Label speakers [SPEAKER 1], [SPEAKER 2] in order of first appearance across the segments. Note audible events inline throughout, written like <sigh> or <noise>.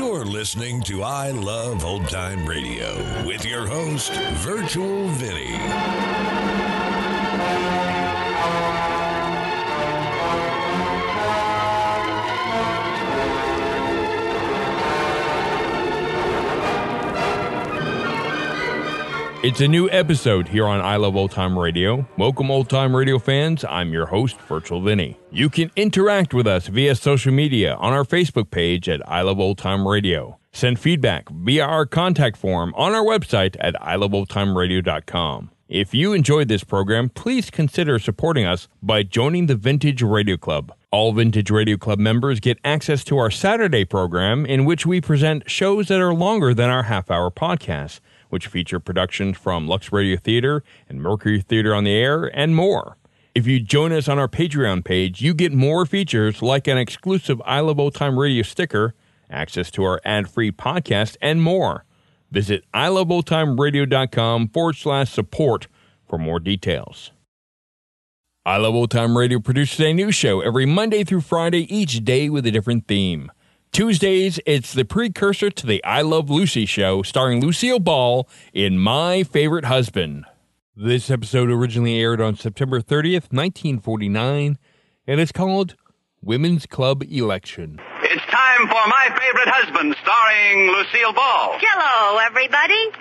[SPEAKER 1] listening to I Love Old Time Radio with your host, Virtual Vinny.
[SPEAKER 2] It's a new episode here on I Love Old Time Radio. Welcome, Old Time Radio fans. I'm your host, Virtual Vinny. You can interact with us via social media on our Facebook page at I Love Old Time Radio. Send feedback via our contact form on our website at iloveoldtimeradio.com. If you enjoyed this program, please consider supporting us by joining the Vintage Radio Club. All Vintage Radio Club members get access to our Saturday program, in which we present shows that are longer than our half hour podcasts which feature productions from Lux Radio Theater and Mercury Theater on the Air, and more. If you join us on our Patreon page, you get more features like an exclusive I Love Old Time Radio sticker, access to our ad free podcast, and more. Visit iloveoldtimeradio.com forward slash support for more details. I Love Old Time Radio produces a new show every Monday through Friday, each day with a different theme. Tuesdays, it's the precursor to the I Love Lucy show starring Lucille Ball in My Favorite Husband. This episode originally aired on September 30th, 1949, and it's called Women's Club Election.
[SPEAKER 3] It's time for My Favorite Husband, starring Lucille Ball.
[SPEAKER 4] Hello, everybody.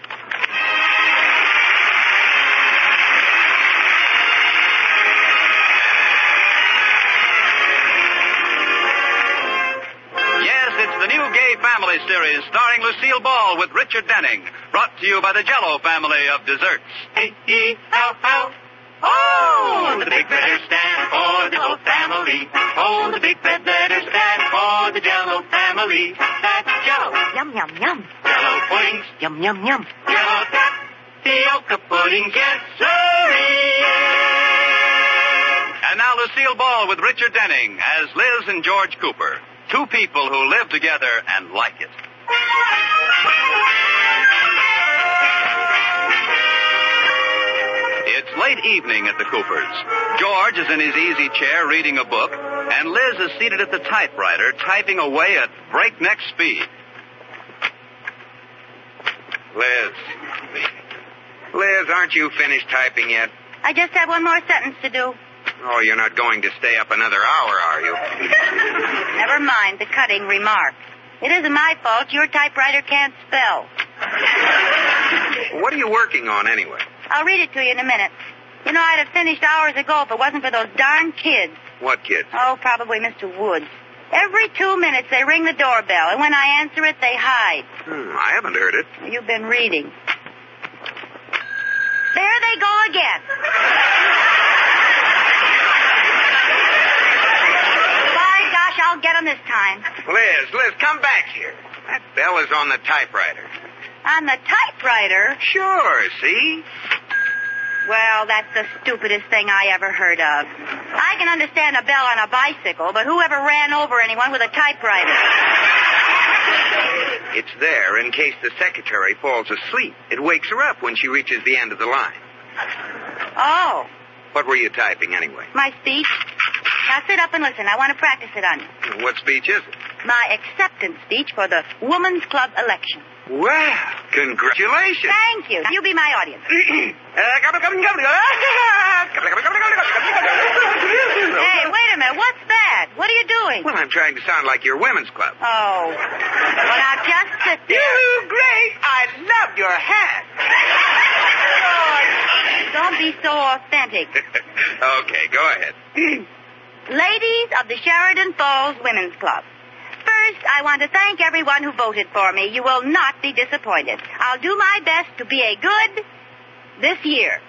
[SPEAKER 3] Yes, it's the new gay family series starring Lucille Ball with Richard Denning, brought to you by the Jello family of desserts. E E-E-L-L. Oh, the big letters stand for the whole family. Oh, the big red letters stand for the Jello family. That's Jello.
[SPEAKER 4] Yum, yum, yum.
[SPEAKER 3] Jello puddings,
[SPEAKER 4] Yum, yum, yum.
[SPEAKER 3] Jello tapioca puddings, yes, sirree. And now Lucille Ball with Richard Denning as Liz and George Cooper, two people who live together and like it. It's late evening at the Coopers. George is in his easy chair reading a book, and Liz is seated at the typewriter typing away at breakneck speed. Liz. Liz, aren't you finished typing yet?
[SPEAKER 4] I just have one more sentence to do.
[SPEAKER 3] Oh, you're not going to stay up another hour, are you?
[SPEAKER 4] Never mind the cutting remark. It isn't my fault your typewriter can't spell.
[SPEAKER 3] What are you working on anyway?
[SPEAKER 4] I'll read it to you in a minute. You know, I'd have finished hours ago if it wasn't for those darn kids.
[SPEAKER 3] What kids?
[SPEAKER 4] Oh, probably Mr. Woods. Every two minutes they ring the doorbell, and when I answer it, they hide.
[SPEAKER 3] Hmm, I haven't heard it.
[SPEAKER 4] You've been reading. There they go again. By gosh, I'll get 'em this time.
[SPEAKER 3] Liz, Liz, come back here. That bell is on the typewriter.
[SPEAKER 4] On the typewriter?
[SPEAKER 3] Sure, see?
[SPEAKER 4] Well, that's the stupidest thing I ever heard of. I can understand a bell on a bicycle, but whoever ran over anyone with a typewriter?
[SPEAKER 3] It's there in case the secretary falls asleep. It wakes her up when she reaches the end of the line.
[SPEAKER 4] Oh,
[SPEAKER 3] What were you typing anyway?
[SPEAKER 4] my speech? Now sit up and listen. I want to practice it on you.
[SPEAKER 3] What speech is it?
[SPEAKER 4] My acceptance speech for the Women's Club election.
[SPEAKER 3] Well, congratulations.
[SPEAKER 4] Thank you. You be my audience. Hey,
[SPEAKER 3] well,
[SPEAKER 4] wait a minute. What's that? What are you doing?
[SPEAKER 3] I'm trying to sound like your women's club.
[SPEAKER 4] Oh. Well, now just sit there.
[SPEAKER 3] You great! I love your hat.
[SPEAKER 4] Don't be so authentic.
[SPEAKER 3] okay, go ahead. Uh,
[SPEAKER 4] Ladies of the Sheridan Falls Women's Club. First, I want to thank everyone who voted for me. You will not be disappointed. I'll do my best to be a good this year.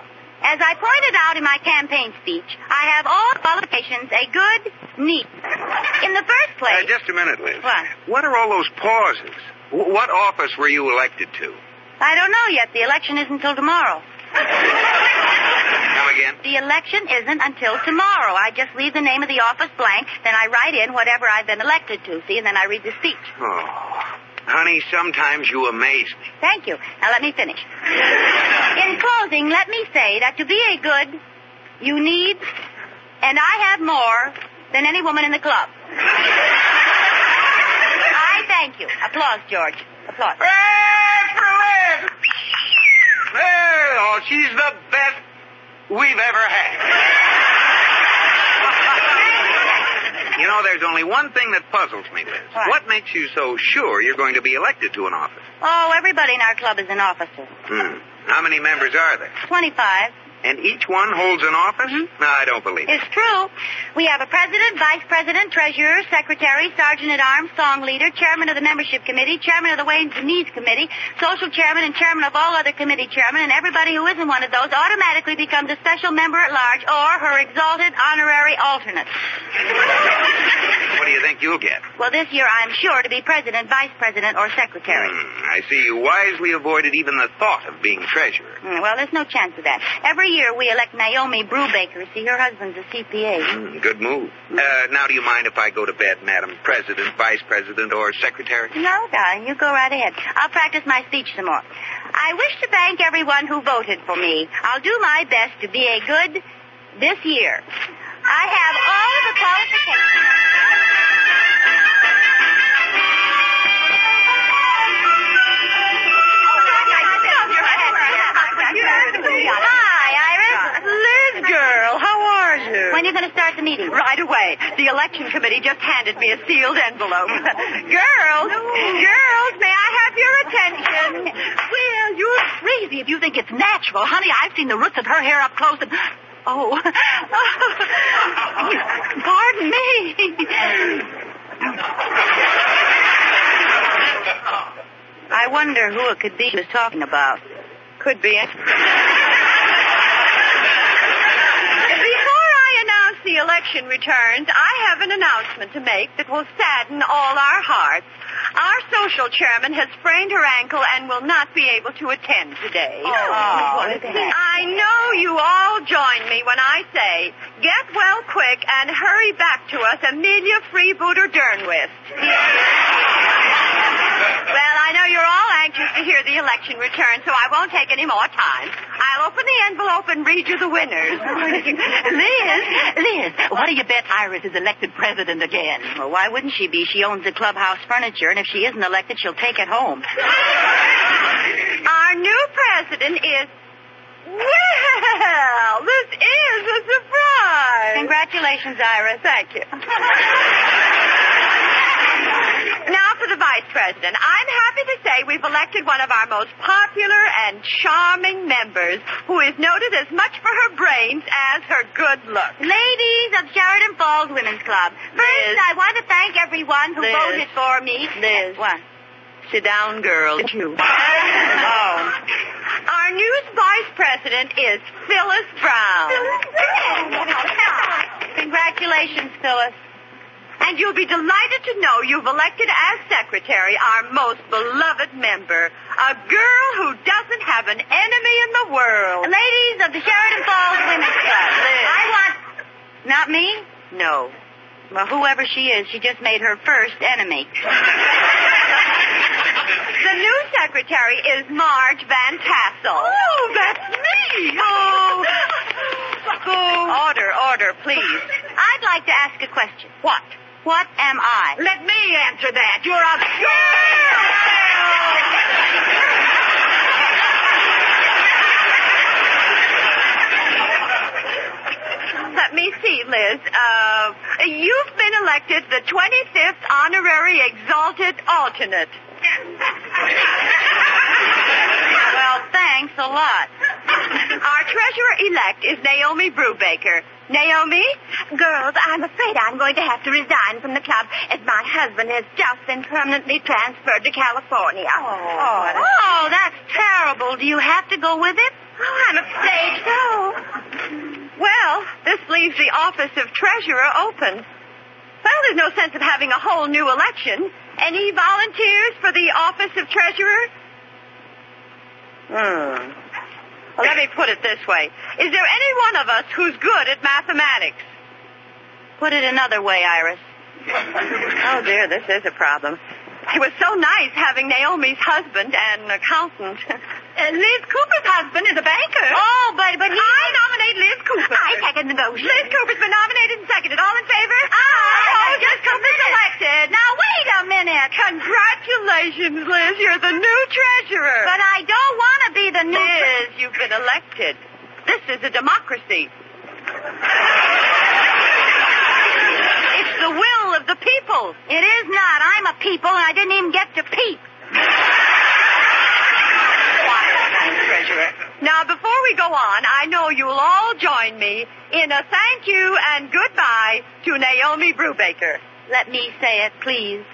[SPEAKER 4] As I pointed out in my campaign speech, I have all qualifications a good, neat. In the first
[SPEAKER 3] Uh,
[SPEAKER 4] place,
[SPEAKER 3] just a minute, Liz.
[SPEAKER 4] What?
[SPEAKER 3] What are all those pauses? W- what office were you elected to?
[SPEAKER 4] I don't know yet. The election isn't till tomorrow.
[SPEAKER 3] Come again?
[SPEAKER 4] The election isn't until tomorrow. I just leave the name of the office blank, then I write in whatever I've been elected to, see, and then I read the speech.
[SPEAKER 3] Oh, honey, sometimes you amaze me.
[SPEAKER 4] Thank you. Now let me finish. In closing, let me say that to be a good, you need, and I have more than any woman in the club. I thank you. Applause, George. Applause.
[SPEAKER 3] Excellent! Well, oh, she's the best we've ever had. you know, there's only one thing that puzzles me, Liz.
[SPEAKER 4] What?
[SPEAKER 3] What makes you so sure you're going to be elected to an office?
[SPEAKER 4] Oh, everybody in our club is an officer.
[SPEAKER 3] Hmm. How many members are there?
[SPEAKER 4] 25.
[SPEAKER 3] And each one holds an office? No, I don't believe it.
[SPEAKER 4] It's true. We have a president, vice president, treasurer, secretary, sergeant at arms, song leader, chairman of the membership committee, chairman of the Wayne and Needs committee, social chairman, and chairman of all other committee chairmen, and everybody who isn't one of those automatically becomes a special member at large or her exalted honorary alternate.
[SPEAKER 3] What do you think you'll get?
[SPEAKER 4] Well, this year I'm sure to be president, vice president, or secretary.
[SPEAKER 3] Hmm, I see you wisely avoided even the thought of being treasurer.
[SPEAKER 4] Mm, Well, there's no chance of that. Every year we elect Naomi Brubaker. See, her husband's a CPA.
[SPEAKER 3] Hmm, good move. Uh, now, do you mind if I go to bed, Madam President, Vice President, or Secretary?
[SPEAKER 4] No, darling, you go right ahead. I'll practice my speech some more. I wish to thank everyone who voted for me. I'll do my best to be a good this year. I have all of the qualifications. Hi, Iris.
[SPEAKER 5] Liz, girl, how are you?
[SPEAKER 4] When are you going to start the meeting?
[SPEAKER 5] Right away. The election committee just handed me a sealed envelope.
[SPEAKER 4] Girls, girls, may I have your attention?
[SPEAKER 5] well, you're crazy if you think it's natural. Honey, I've seen the roots of her hair up close and... Oh. <laughs> Pardon me.
[SPEAKER 4] I wonder who it could be she was talking about.
[SPEAKER 5] Could be.
[SPEAKER 4] Before I announce the election returns, I have an announcement to make that will sadden all our hearts. Our social chairman has sprained her ankle and will not be able to attend today.
[SPEAKER 5] Oh, what a pity.
[SPEAKER 4] I know you all join me when I say, get well quick and hurry back to us, Amelia Freebooter Dernwist. well, I know you're all anxious to hear the election return, so I won't take any more time. I'll open the envelope and read you the <laughs> winners.
[SPEAKER 5] Liz, Liz, what do you bet Iris is elected president again?
[SPEAKER 4] Well, why wouldn't she be? She owns the clubhouse furniture, and if she isn't elected, she'll take it home. Our new president is. Well, this is a surprise. Congratulations, Ira. Thank <laughs> you. now for the vice president. I'm happy to say we've elected one of our most popular and charming members, who is noted as much for her brains as her good looks. Ladies of Sheridan Falls Women's Club, first
[SPEAKER 5] Liz.
[SPEAKER 4] I want to thank everyone who
[SPEAKER 5] Liz.
[SPEAKER 4] voted for me.
[SPEAKER 5] Liz.
[SPEAKER 4] What?
[SPEAKER 5] Sit down, girl. You.
[SPEAKER 4] Oh. Our new vice president is Phyllis Brown. Congratulations, Phyllis. And you'll be delighted to know you've elected as secretary our most beloved member, a girl who doesn't have an enemy in the world. Ladies of the Sheridan Falls Women's Club, I want. Not me? No. Well, whoever she is, she just made her first <laughs> enemy. The new secretary is Marge Van Tassel. Oh, that's me. Oh. Order, order, please. I'd like to ask a question. What? What am I?
[SPEAKER 5] Let me answer that. You're a
[SPEAKER 4] Let me see, Liz. Uh, you've been elected the 25th honorary exalted alternate. well, thanks a lot. Our treasurer-elect is Naomi Brubaker. Naomi? Girls, I'm afraid I'm going to have to resign from the club as my husband has just been permanently transferred to California.
[SPEAKER 5] Oh, what a-
[SPEAKER 4] oh that's terrible. Do you have to go with it? Oh, I'm afraid so. Well, this leaves the office of treasurer open. Well, there's no sense of having a whole new election. Any volunteers for the office of treasurer? Hmm. Well, let me put it this way. Is there any one of us who's good at mathematics? Put it another way, Iris. <laughs> oh, dear, this is a problem. It was so nice having Naomi's husband an <laughs> accountant. Uh, Liz Cooper's husband is a banker. Oh, but, but he... I nominate Liz Cooper. I second the Ah, motion. Liz Cooper's been nominated and seconded. All in favor? Aye. Oh, just Cooper's elected. Now, wait a minute. Congratulations.
[SPEAKER 5] Congratulations, Liz. You're the new treasurer.
[SPEAKER 4] But I don't want to be the new.
[SPEAKER 5] Liz, you've been elected. This is a democracy. it's the will of the people.
[SPEAKER 4] It is not. I'm a people, and I didn't even get to peep.
[SPEAKER 5] Now, before we go on, I know you'll all join me in a thank you and goodbye to Naomi Brubaker.
[SPEAKER 4] Let me say it, please.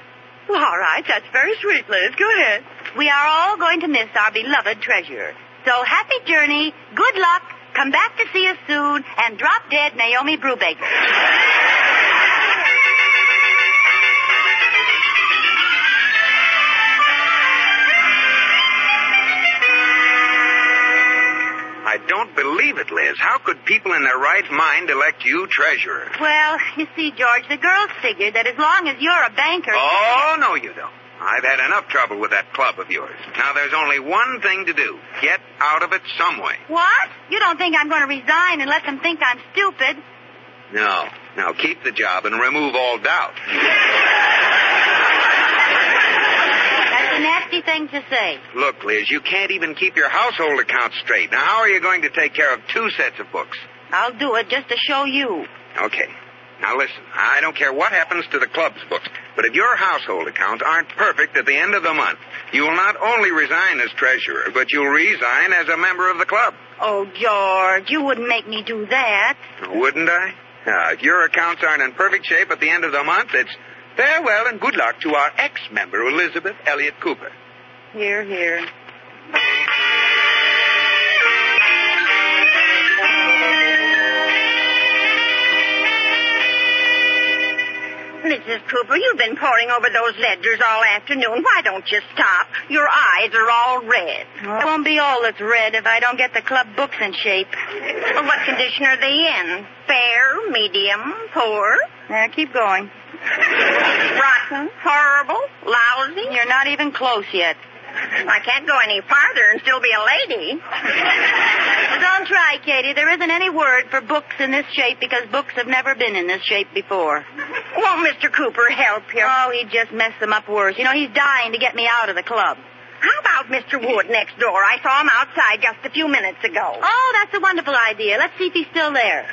[SPEAKER 5] Well, all right, that's very sweet, Liz. Go ahead.
[SPEAKER 4] We are all going to miss our beloved treasurer. So happy journey, good luck, come back to see us soon, and drop dead Naomi Brubaker.
[SPEAKER 3] I don't believe it, Liz. How could people in their right mind elect you treasurer?
[SPEAKER 4] Well, you see, George, the girls figure that as long as you're a banker.
[SPEAKER 3] Oh, no, you don't. I've had enough trouble with that club of yours. Now, there's only one thing to do get out of it some way.
[SPEAKER 4] What? You don't think I'm going to resign and let them think I'm stupid?
[SPEAKER 3] No. Now, keep the job and remove all doubt.
[SPEAKER 4] That's a nasty thing to say.
[SPEAKER 3] Look, Liz, you can't even keep your household accounts straight. Now, how are you going to take care of two sets of books?
[SPEAKER 4] I'll do it just to show you.
[SPEAKER 3] Okay. Now listen, I don't care what happens to the club's books, but if your household accounts aren't perfect at the end of the month, you will not only resign as treasurer, but you'll resign as a member of the club.
[SPEAKER 4] Oh, George, you wouldn't make me do that.
[SPEAKER 3] Wouldn't I? Now, if your accounts aren't in perfect shape at the end of the month, it's farewell and good luck to our ex-member, Elizabeth Elliott Cooper.
[SPEAKER 4] Here, here. Mrs. Cooper, you've been poring over those ledgers all afternoon. Why don't you stop? Your eyes are all red. Oh, It won't be all that's red if I don't get the club books in shape.
[SPEAKER 6] Well, what condition are they in? Fair, medium, poor?
[SPEAKER 4] Yeah, keep going.
[SPEAKER 6] Rotten, horrible, lousy?
[SPEAKER 4] You're not even close yet.
[SPEAKER 6] I can't go any farther and still be a lady.
[SPEAKER 4] Well, don't try, Katie. There isn't any word for books in this shape because books have never been in this shape before.
[SPEAKER 6] Won't Mr. Cooper help you?
[SPEAKER 4] Oh, he just messed them up worse. You know, he's dying to get me out of the club.
[SPEAKER 6] How about Mr. Wood next door? I saw him outside just a few minutes ago.
[SPEAKER 4] Oh, that's a wonderful idea. Let's see if he's still there.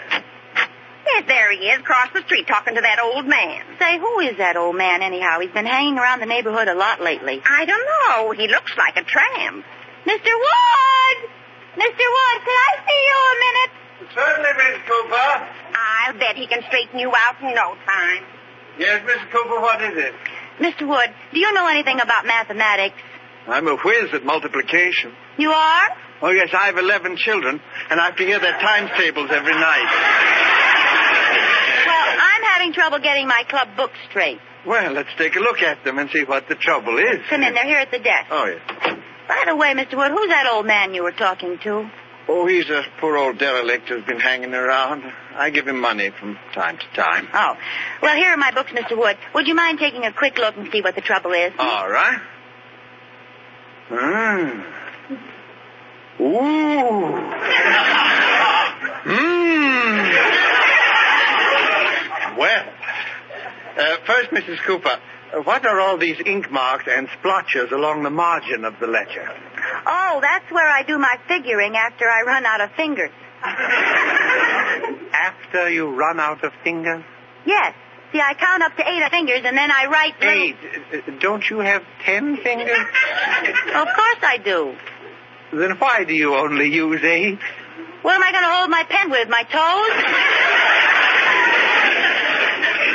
[SPEAKER 6] Yes, there he is, across the street, talking to that old man.
[SPEAKER 4] Say, who is that old man anyhow? He's been hanging around the neighborhood a lot lately.
[SPEAKER 6] I don't know. He looks like a tramp.
[SPEAKER 4] Mr. Wood! Mr. Wood, can I see you a minute?
[SPEAKER 7] Certainly, Miss Cooper.
[SPEAKER 6] I'll bet he can straighten you out in no time.
[SPEAKER 7] Yes, Miss Cooper, what is it?
[SPEAKER 4] Mr. Wood, do you know anything about mathematics?
[SPEAKER 7] I'm a whiz at multiplication.
[SPEAKER 4] You are?
[SPEAKER 7] Oh, yes, I have 11 children, and I have to hear their times tables every night.
[SPEAKER 4] Well, I'm having trouble getting my club book straight.
[SPEAKER 7] Well, let's take a look at them and see what the trouble is.
[SPEAKER 4] Come in. They're here at the desk.
[SPEAKER 7] Oh, yes.
[SPEAKER 4] By the way, Mr. Wood, who's that old man you were talking to?
[SPEAKER 7] Oh, he's a poor old derelict who's been hanging around. I give him money from time to time.
[SPEAKER 4] Oh. Well, here are my books, Mr. Wood. Would you mind taking a quick look and see what the trouble is?
[SPEAKER 7] All right. Mm. Ooh. Mmm. Hmm. Well. Uh, first, Mrs. Cooper, uh, what are all these ink marks and splotches along the margin of the ledger?
[SPEAKER 4] Oh, that's where I do my figuring after I run out of fingers.
[SPEAKER 7] after you run out of fingers?
[SPEAKER 4] Yes. See, I count up to eight fingers and then I write.
[SPEAKER 7] Eight? Uh, don't you have ten fingers? <laughs>
[SPEAKER 4] of course I do.
[SPEAKER 7] Then why do you only use eight?
[SPEAKER 4] What am I going to hold my pen with? My toes?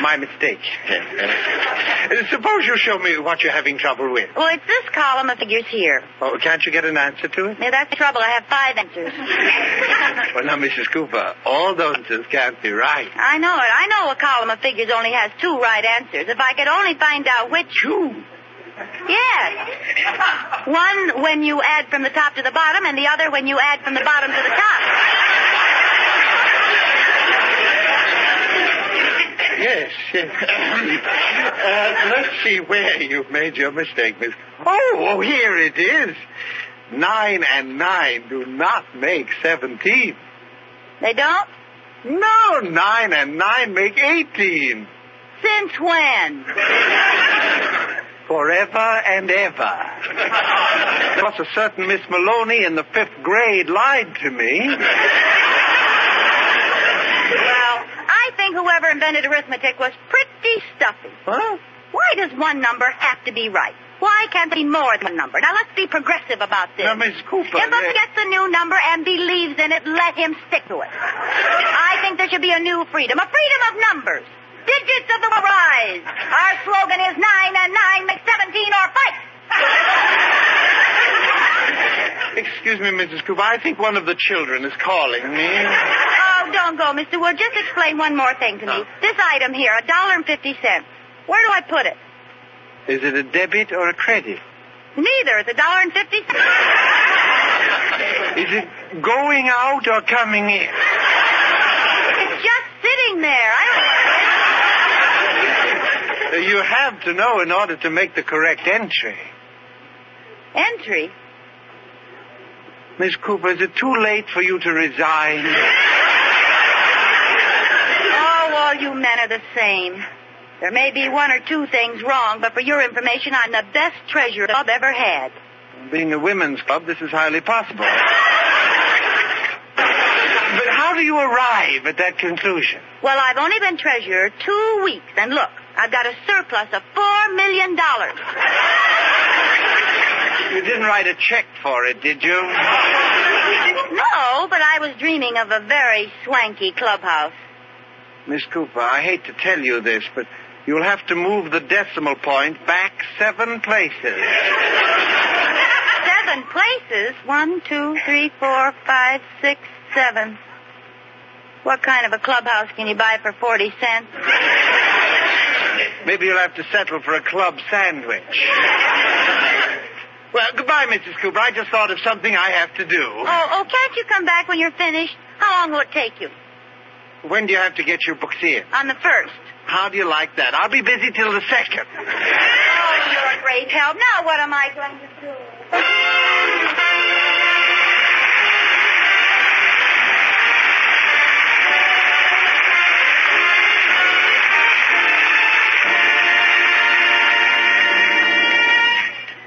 [SPEAKER 7] my mistake. Uh, Suppose you show me what you're having trouble with.
[SPEAKER 4] Well, it's this column of figures here.
[SPEAKER 7] Oh, can't you get an answer to <laughs> it?
[SPEAKER 4] Yeah, that's the trouble. I have five answers.
[SPEAKER 7] well, now, Mrs. Cooper, all those answers can't be right.
[SPEAKER 4] I know it. I know a column of figures only has two right answers. If I could only find out which.
[SPEAKER 7] Two?
[SPEAKER 4] Yes. One when you add from the top to the bottom, and the other when you add from the bottom to the top.
[SPEAKER 7] yes, yes. <laughs> uh, let's see where you've made your mistake, Miss. Oh, oh, here it is. Nine and nine do not make seventeen.
[SPEAKER 4] They don't?
[SPEAKER 7] No, nine and nine make eighteen.
[SPEAKER 4] Since when?
[SPEAKER 7] forever and ever. Plus, a certain Miss Maloney in the fifth grade lied to me.
[SPEAKER 4] Well, I think whoever invented arithmetic was pretty stuffy.
[SPEAKER 7] Huh?
[SPEAKER 4] Why does one number have to be right? Why can't it be more than one number? Now let's be progressive about this.
[SPEAKER 7] Now, Miss Cooper,
[SPEAKER 4] if
[SPEAKER 7] there-
[SPEAKER 4] one gets a new number and believes in it, let him stick to it. I think there should be a new freedom, a freedom of numbers. Digits of the will rise. Our slogan is nine and nine make seventeen or fight.
[SPEAKER 7] Excuse me, Mrs. Cooper. I think one of the children is calling me.
[SPEAKER 4] Oh, don't go, Mr. Wood. Just explain one more thing to me. This item here, a dollar and fifty cents. Where do I put it?
[SPEAKER 7] Is it a debit or a credit?
[SPEAKER 4] Neither. It's a dollar and fifty cents.
[SPEAKER 7] Is it going out or coming in?
[SPEAKER 4] It's just sitting there. I
[SPEAKER 7] Uh, You have to know in order to make the correct entry.
[SPEAKER 4] don't... Entry.
[SPEAKER 7] Miss Cooper, is it too late for you to resign?
[SPEAKER 4] Oh, all you men are the same. There may be one or two things wrong, but for your information, I'm the best treasurer I've ever had.
[SPEAKER 7] Being a women's club, this is highly possible. but how do you arrive at that conclusion?
[SPEAKER 4] Well, I've only been treasurer two weeks, and look, I've got a surplus of four million dollars.
[SPEAKER 7] You didn't write a check for it, did you?
[SPEAKER 4] No, but I was dreaming of a very swanky clubhouse.
[SPEAKER 7] Miss Cooper, I hate to tell you this, but you'll have to move the decimal point back seven places.
[SPEAKER 4] Seven places. One, two, three, four, five, six, seven. What kind of a clubhouse can you buy for 40 cents?
[SPEAKER 7] Maybe you'll have to settle for a club sandwich. well, goodbye, Mrs. Cooper. I just thought of something I have to do.
[SPEAKER 4] Oh, oh, can't you come back when you're finished? How long will it take you?
[SPEAKER 7] When do you have to get your books in?
[SPEAKER 4] On the first.
[SPEAKER 7] How do you like that? I'll be busy till the second.
[SPEAKER 4] Oh, you're a great help. Now what am I going to do?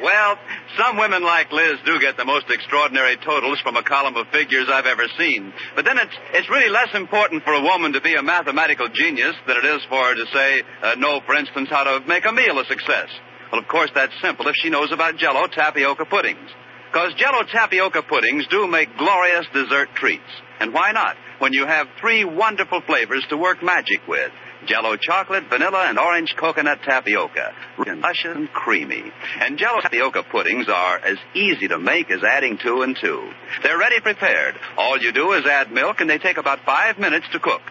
[SPEAKER 3] Well, some women like Liz do get the most extraordinary totals from a column of figures I've ever seen. But then it's, it's really less important for a woman to be a mathematical genius than it is for her to say, uh, know, for instance, how to make a meal a success. Well, of course, that's simple if she knows about jello tapioca puddings. Because jello tapioca puddings do make glorious dessert treats. And why not when you have three wonderful flavors to work magic with? Jello chocolate, vanilla, and orange coconut tapioca. Rich and luscious and creamy. And Jello tapioca puddings are as easy to make as adding two and two. They're ready prepared. All you do is add milk and they take about five minutes to cook.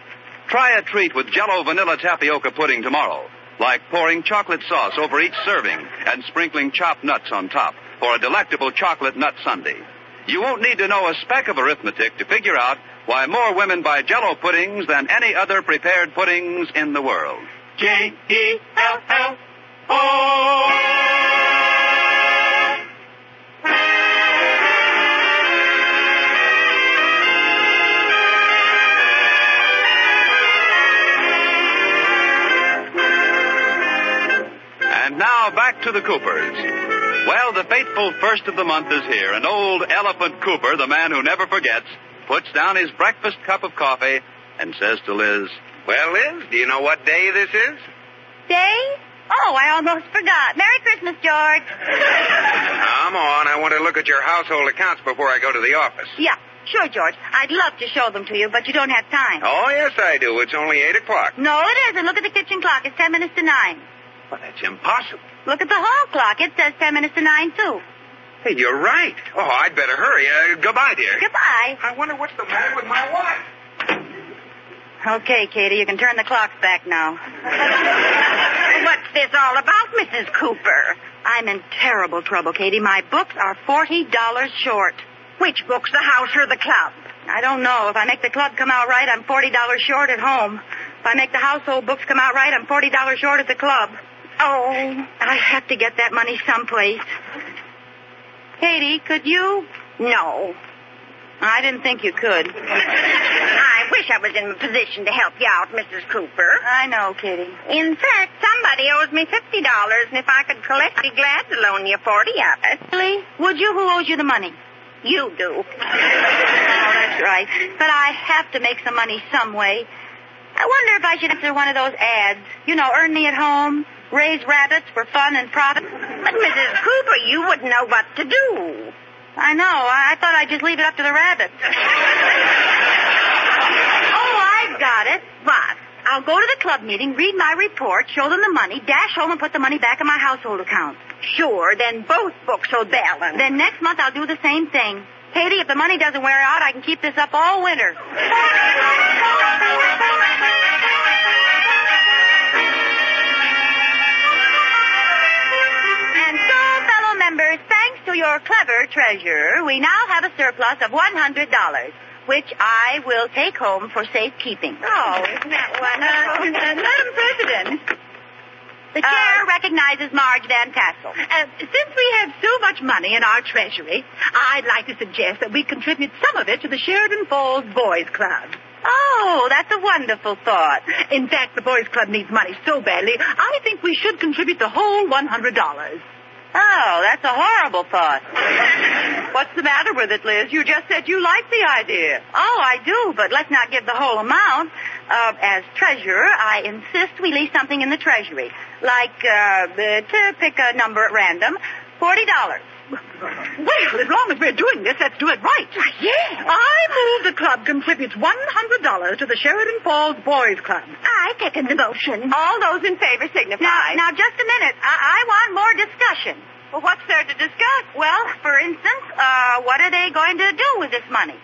[SPEAKER 3] Try a treat with Jello vanilla tapioca pudding tomorrow. Like pouring chocolate sauce over each serving and sprinkling chopped nuts on top for a delectable chocolate nut sundae. You won't need to know a speck of arithmetic to figure out why more women buy jello puddings than any other prepared puddings in the world.
[SPEAKER 7] J E L L O.
[SPEAKER 3] And now back to the Coopers. Well, the fateful first of the month is here, and old Elephant Cooper, the man who never forgets, puts down his breakfast cup of coffee and says to Liz,
[SPEAKER 7] Well, Liz, do you know what day this is?
[SPEAKER 4] Day? Oh, I almost forgot. Merry Christmas, George.
[SPEAKER 7] Come on, I want to look at your household accounts before I go to the office.
[SPEAKER 4] Yeah, sure, George. I'd love to show them to you, but you don't have time.
[SPEAKER 7] Oh, yes, I do. It's only 8 o'clock.
[SPEAKER 4] No, it isn't. Look at the kitchen clock. It's ten minutes to nine.
[SPEAKER 7] Well, that's impossible.
[SPEAKER 4] Look at the hall clock. It says ten minutes to nine, too.
[SPEAKER 7] Hey, you're right. Oh, I'd better hurry. Uh, goodbye, dear.
[SPEAKER 4] Goodbye.
[SPEAKER 7] I wonder what's the matter with my wife.
[SPEAKER 4] Okay, Katie, you can turn the clocks back now. <laughs>
[SPEAKER 6] What's this all about, Mrs. Cooper?
[SPEAKER 4] I'm in terrible trouble, Katie. My books are $40 short.
[SPEAKER 6] Which books, the house or the club?
[SPEAKER 4] I don't know. If I make the club come out right, I'm $40 short at home. If I make the household books come out right, I'm $40 short at the club. Oh, I have to get that money someplace. Katie, could you? No. I didn't think you could.
[SPEAKER 6] I wish wish I was in a position to help you out, Mrs. Cooper.
[SPEAKER 4] I know, Kitty.
[SPEAKER 6] In fact, somebody owes me fifty dollars, and if I could collect, I'd be glad to loan you forty of it.
[SPEAKER 4] Really? Would you? Who owes you the money?
[SPEAKER 6] You
[SPEAKER 4] <laughs>
[SPEAKER 6] do.
[SPEAKER 4] Oh, that's right. But I have to make some money some way. I wonder if I should enter one of those ads. You know, earn me at home, raise rabbits for fun and profit.
[SPEAKER 6] But Mrs. Cooper, you wouldn't know what to do.
[SPEAKER 4] I know. I, I thought I'd just leave it up to the rabbits.
[SPEAKER 6] <laughs>
[SPEAKER 4] oh, I've got it. What? I'll go to the club meeting, read my report, show them the money, dash home and put the money back in my household account.
[SPEAKER 6] Sure, then both books will balance.
[SPEAKER 4] Then next month I'll do the same thing. Katie, if the money doesn't wear out, I can keep this up all
[SPEAKER 6] <laughs>
[SPEAKER 4] winter. And so, fellow members, thanks to your clever treasurer, we now have a surplus of $100, which I will take home for safekeeping.
[SPEAKER 5] Oh, isn't that wonderful?
[SPEAKER 4] <laughs> Madam President. The chair
[SPEAKER 5] Uh,
[SPEAKER 4] recognizes Marge Van Tassel.
[SPEAKER 5] Uh, since we have so much money in our treasury, I'd like to suggest that we contribute some of it to the Sheridan Falls Boys Club.
[SPEAKER 4] Oh, that's a wonderful thought.
[SPEAKER 5] In fact, the Boys Club needs money so badly, I think we should contribute the whole $100.
[SPEAKER 4] Oh, that's a horrible thought.
[SPEAKER 5] What's the matter with it, Liz? You just said you liked the idea.
[SPEAKER 4] Oh, I do, but let's not give the whole amount. Uh, as treasurer, I insist we leave something in the treasury. Like, uh, uh, to pick a number at random, $40.
[SPEAKER 5] Well, as long as we're doing this, let's do it right. Yes. I move the club contributes $100 to the Sheridan Falls Boys Club.
[SPEAKER 6] I second the motion.
[SPEAKER 5] All those in favor signify.
[SPEAKER 4] Now, now, just a minute. I, I want more discussion.
[SPEAKER 5] well, what's there to discuss?
[SPEAKER 4] Well, for instance, uh, what are they going to do with this money?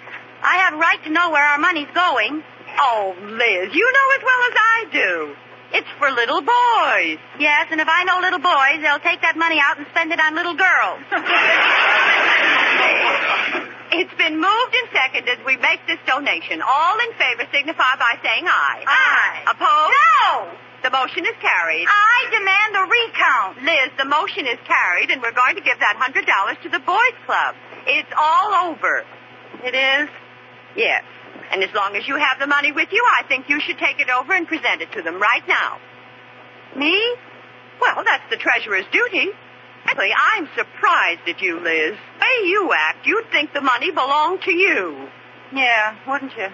[SPEAKER 4] I have a right to know where our money's going.
[SPEAKER 5] Oh, Liz, you know as well as I do. It's for little boys.
[SPEAKER 4] Yes, and if I know little boys, they'll take that money out and spend it on little <laughs> girls.
[SPEAKER 5] It's been moved and seconded. We make this donation. All in favor signify by saying aye.
[SPEAKER 4] Aye.
[SPEAKER 5] Opposed?
[SPEAKER 4] No!
[SPEAKER 5] The motion is carried.
[SPEAKER 4] I demand a recount.
[SPEAKER 5] Liz, the motion is carried, and we're going to give that hundred dollars to the boys' club. It's all over.
[SPEAKER 4] It is?
[SPEAKER 5] Yes. And as long as you have the money with you, I think you should take it over and present it to them right now.
[SPEAKER 4] Me?
[SPEAKER 5] Well, that's the treasurer's duty. Actually, I'm surprised at you, Liz. The way you act, you'd think the money belonged to you.
[SPEAKER 4] Yeah, wouldn't
[SPEAKER 5] <laughs>
[SPEAKER 4] you?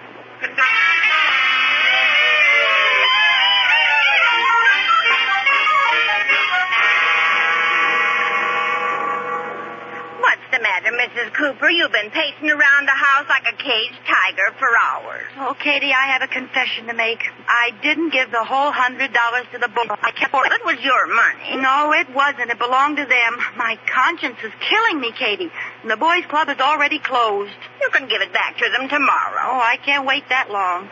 [SPEAKER 6] What's the matter, Mrs. Cooper? You've been pacing around the house like a caged tiger for hours.
[SPEAKER 4] Oh, Katie, I have a confession to make. I didn't give the whole hundred dollars to the boy. I kept
[SPEAKER 6] Well, it was your money.
[SPEAKER 4] No, it wasn't. It belonged to them. My conscience is killing me, Katie. And the boys' club is already closed.
[SPEAKER 6] You can give it back to them tomorrow.
[SPEAKER 4] Oh, I can't wait that long.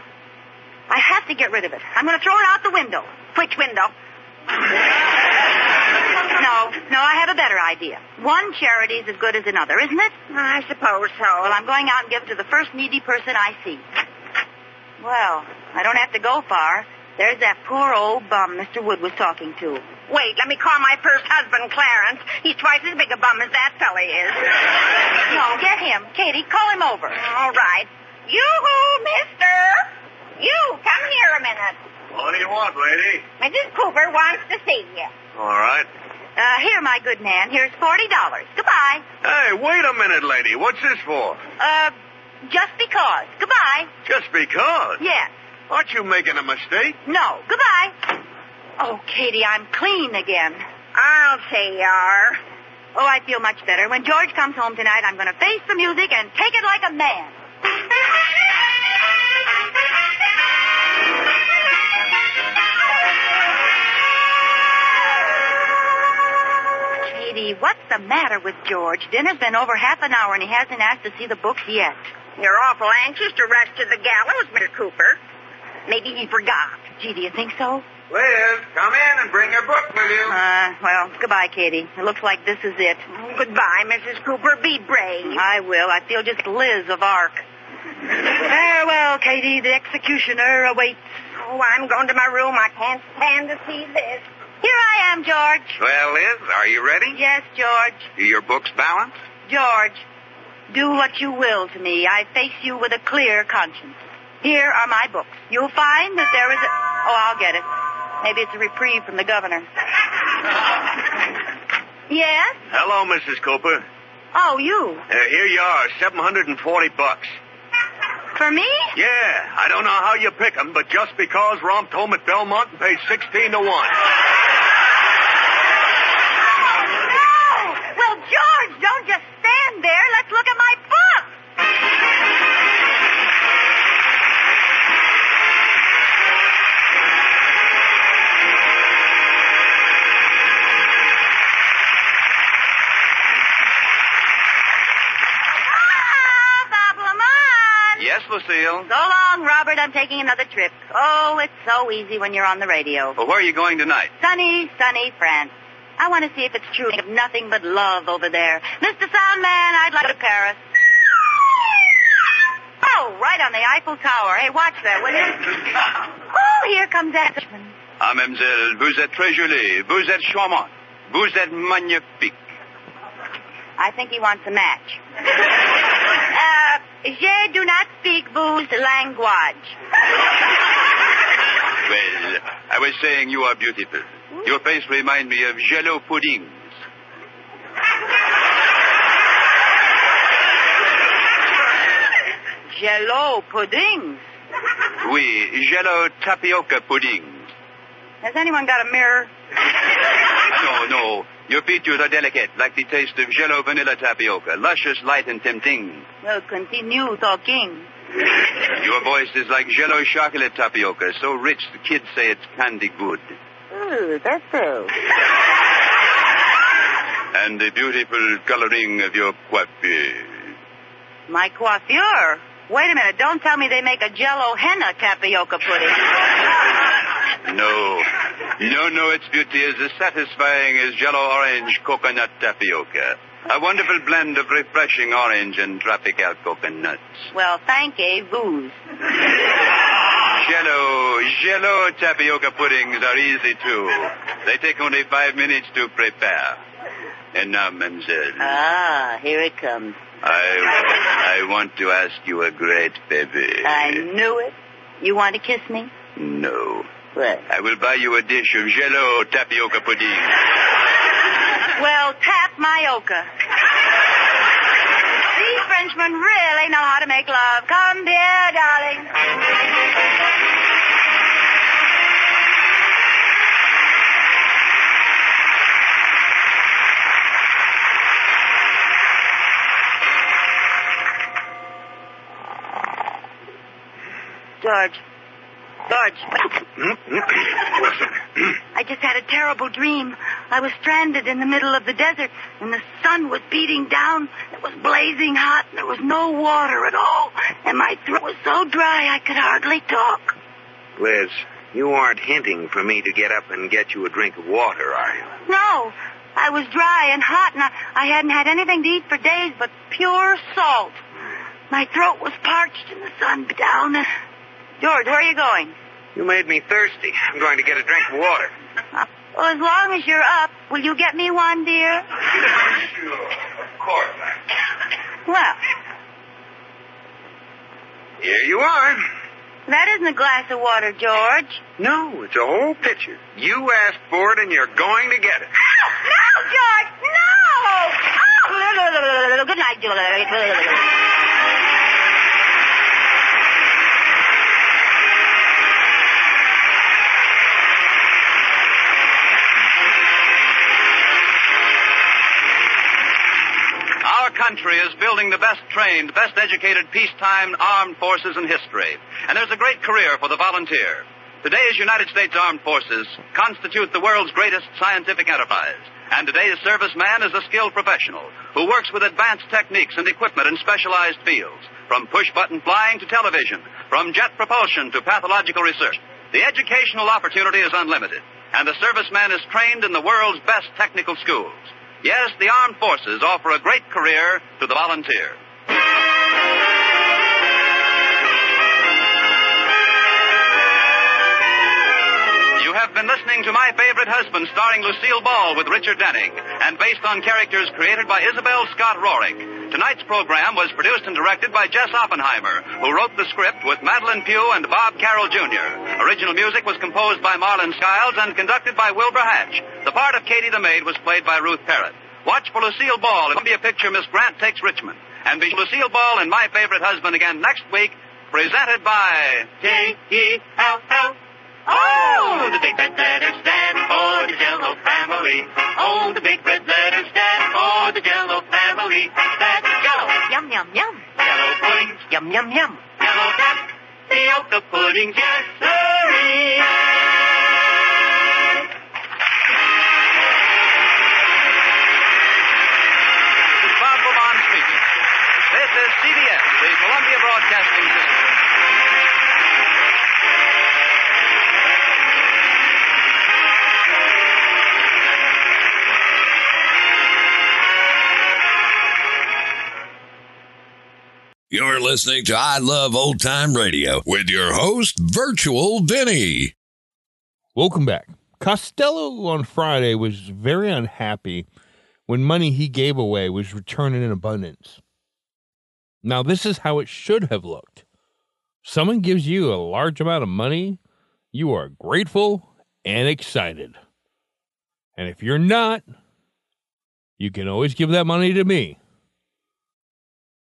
[SPEAKER 4] I have to get rid of it. I'm going to throw it out the window.
[SPEAKER 6] Which window?
[SPEAKER 4] No, no, I have a better idea. One charity's as good as another, isn't it?
[SPEAKER 6] I suppose so.
[SPEAKER 4] Well, I'm going out and give it to the first needy person I see. Well, I don't have to go far. There's that poor old bum Mr. Wood was talking to.
[SPEAKER 6] Wait, let me call my first husband, Clarence. He's twice as big a bum as that fella is.
[SPEAKER 4] <laughs> No, get him. Katie, call him over.
[SPEAKER 6] All right. You-hoo, mister! You, come here a minute.
[SPEAKER 7] What do you want, lady?
[SPEAKER 6] Mrs. Cooper wants to see you.
[SPEAKER 7] All right.
[SPEAKER 4] Uh, here, my good man. Here's $40. Goodbye.
[SPEAKER 7] Hey, wait a minute, lady. What's this for?
[SPEAKER 4] Uh, just because. Goodbye.
[SPEAKER 7] Just because.
[SPEAKER 4] Yes.
[SPEAKER 7] Aren't you making a mistake?
[SPEAKER 4] No. Goodbye. Oh, Katie, I'm clean again.
[SPEAKER 6] I'll say you are.
[SPEAKER 4] Oh, I feel much better. When George comes home tonight, I'm going to face the music and take it like a man. Katie, what's the matter with George? Dinner's been over half an hour and he hasn't asked to see the books yet.
[SPEAKER 6] You're awful anxious to rush to the gallows, Mr. Cooper. Maybe he forgot.
[SPEAKER 4] Gee, do you think so?
[SPEAKER 7] Liz, come in and bring your book with you.
[SPEAKER 4] Uh, well, goodbye, Katie. It looks like this is it.
[SPEAKER 6] Goodbye, Mrs. Cooper. Be brave.
[SPEAKER 4] I will. I feel just Liz of Arc. Farewell, Katie. The executioner awaits.
[SPEAKER 6] Oh, I'm going to my room. I can't stand to see this.
[SPEAKER 4] Here I am, George.
[SPEAKER 7] well, Liz, are you ready?
[SPEAKER 4] Yes, George.
[SPEAKER 7] Your book's balanced?
[SPEAKER 4] George, do what you will to me. I face you with a clear conscience. Here are my books. You'll find that there is a... Oh, I'll get it. Maybe it's a reprieve from the governor. Yes?
[SPEAKER 3] Hello, Mrs. Cooper.
[SPEAKER 4] Oh, you.
[SPEAKER 3] Uh, here you are, 740 bucks.
[SPEAKER 4] For me?
[SPEAKER 3] Yeah, I don't know how you pick 'em, but just because romped home at Belmont and paid 16 to 1.
[SPEAKER 4] No! Oh, Well, George, don't just stand there. Let's look at my book. Ah, Bob Lamont!
[SPEAKER 3] Yes, Lucille?
[SPEAKER 4] So long, Robert. I'm taking another trip. Oh, it's so easy when you're on the radio.
[SPEAKER 3] Well, where are you going <laughs> tonight?
[SPEAKER 4] Sunny, sunny France. I want to see if it's true of nothing but love over there. Mr. Soundman, I'd like to go to Paris. Oh, right on the Eiffel Tower. Hey, watch that, will you? Oh, here comes that.
[SPEAKER 3] Ah, mademoiselle, vous êtes très jolie. Vous êtes charmante. Vous êtes magnifique.
[SPEAKER 4] I think he wants a match. Uh, je do not speak booze language.
[SPEAKER 3] Well, I was saying you are beautiful. Your face reminds me of jello puddings.
[SPEAKER 4] Jello puddings.
[SPEAKER 3] Oui, jello tapioca puddings.
[SPEAKER 4] Has anyone got a mirror?
[SPEAKER 3] No, no. Your features are delicate, like the taste of jello vanilla tapioca. Luscious, light, and tempting.
[SPEAKER 4] Well, continue talking.
[SPEAKER 3] Your voice is like jello chocolate tapioca, so rich the kids say it's candy good.
[SPEAKER 4] Ooh, that's so.
[SPEAKER 3] And the beautiful coloring of your coiffure.
[SPEAKER 4] My coiffure. Wait a minute. Don't tell me they make a jello henna tapioca pudding.
[SPEAKER 3] <laughs> No. No, no, its beauty is as satisfying as jello orange coconut tapioca. A wonderful blend of refreshing orange and tropical coconuts.
[SPEAKER 4] well, thank you, booze.
[SPEAKER 3] Jello, jello tapioca puddings are easy too. They take only five minutes to prepare. And now, mademoiselle,
[SPEAKER 4] Ah, here it comes.
[SPEAKER 3] I, I want to ask you a great favor.
[SPEAKER 4] I knew it. You want to kiss me?
[SPEAKER 3] No.
[SPEAKER 4] What?
[SPEAKER 3] I will buy you a dish of jello tapioca pudding.
[SPEAKER 4] Well, tap my oka. These Frenchmen really know how to make love. Come here, darling. George. George. I just had a terrible dream. I was stranded in the middle of the desert, and the sun was beating down. It was blazing hot, and there was no water at all. And my throat was so dry I could hardly talk.
[SPEAKER 7] Liz, you aren't hinting for me to get up and get you a drink of water, are you?
[SPEAKER 4] No, I was dry and hot, and I, I hadn't had anything to eat for days but pure salt. My throat was parched, and the sun beat down. and- George, where are you going?
[SPEAKER 7] You made me thirsty. I'm going to get a drink of water.
[SPEAKER 4] Uh, well, as long as you're up, will you get me one, dear?
[SPEAKER 7] Sure, of course.
[SPEAKER 4] Well,
[SPEAKER 7] Here you are.
[SPEAKER 4] that isn't a glass of water, George.
[SPEAKER 7] No, it's a whole pitcher. You asked for it, and you're going to get it.
[SPEAKER 4] No, George, no! Oh, good night, George.
[SPEAKER 3] Our country is building the best trained, best educated peacetime armed forces in history. And there's a great career for the volunteer. Today's United States Armed Forces constitute the world's greatest scientific enterprise. And today's serviceman is a skilled professional who works with advanced techniques and equipment in specialized fields, from push-button flying to television, from jet propulsion to pathological research. The educational opportunity is unlimited, and the serviceman is trained in the world's best technical schools. Yes, the armed forces offer a great career to the volunteer. You have have been listening to My Favorite Husband, starring Lucille Ball with Richard Denning, and based on characters created by Isabel Scott Rorick. Tonight's program was produced and directed by Jess Oppenheimer, who wrote the script with Madeline Pugh and Bob Carroll Jr. Original music was composed by Marlon Skiles and conducted by Wilbur Hatch. The part of Katie the Maid was played by Ruth Parrott. Watch for Lucille Ball in Columbia Picture Miss Grant Takes Richmond. And be Lucille Ball and My Favorite Husband again next week, presented by E K-E-L-L.
[SPEAKER 8] Oh, the big red letters stand for the Jello family. Oh, the big red letters stand for the Jello family. That's Jello. Yum yum yum. Jello puddings. Yum yum yum. Jello duck. The Oka pudding. Yes, sirree.
[SPEAKER 3] This is Bob Bourbon speaking. This is CBS, the Columbia Broadcasting System.
[SPEAKER 1] You're listening to I Love Old Time Radio with your host, Virtual Vinny.
[SPEAKER 2] Welcome back. Costello on Friday was very unhappy when money he gave away was returned in abundance. Now, this is how it should have looked. Someone gives you a large amount of money, you are grateful and excited. And if you're not, you can always give that money to me.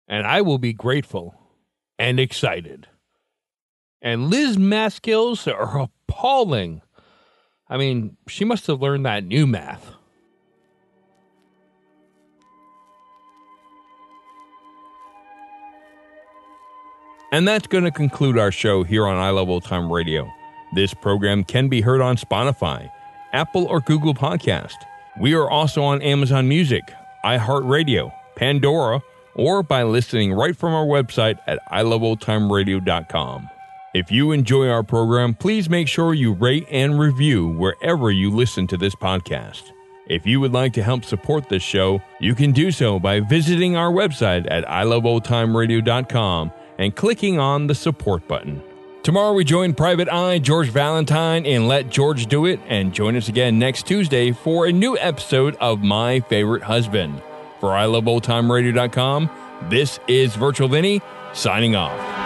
[SPEAKER 2] And I will be grateful and excited. And Liz Maskill's are appalling. I mean, she must have learned that new math. And that's going to conclude our show here on I Love Old Time Radio. This program can be heard on Spotify, Apple, or Google Podcast. We are also on Amazon Music, iHeartRadio, Pandora, or by listening right from our website at iloveoldtimeradio.com. If you enjoy our program, please make sure you rate and review wherever you listen to this podcast. If you would like to help support this show, you can do so by visiting our website at iloveoldtimeradio.com and clicking on the support button. Tomorrow we join Private Eye, George Valentine, and Let George Do It, and join us again next Tuesday for a new episode of My Favorite Husband. For iloveoldtimeradio.com, this is Virtual Vinny signing off.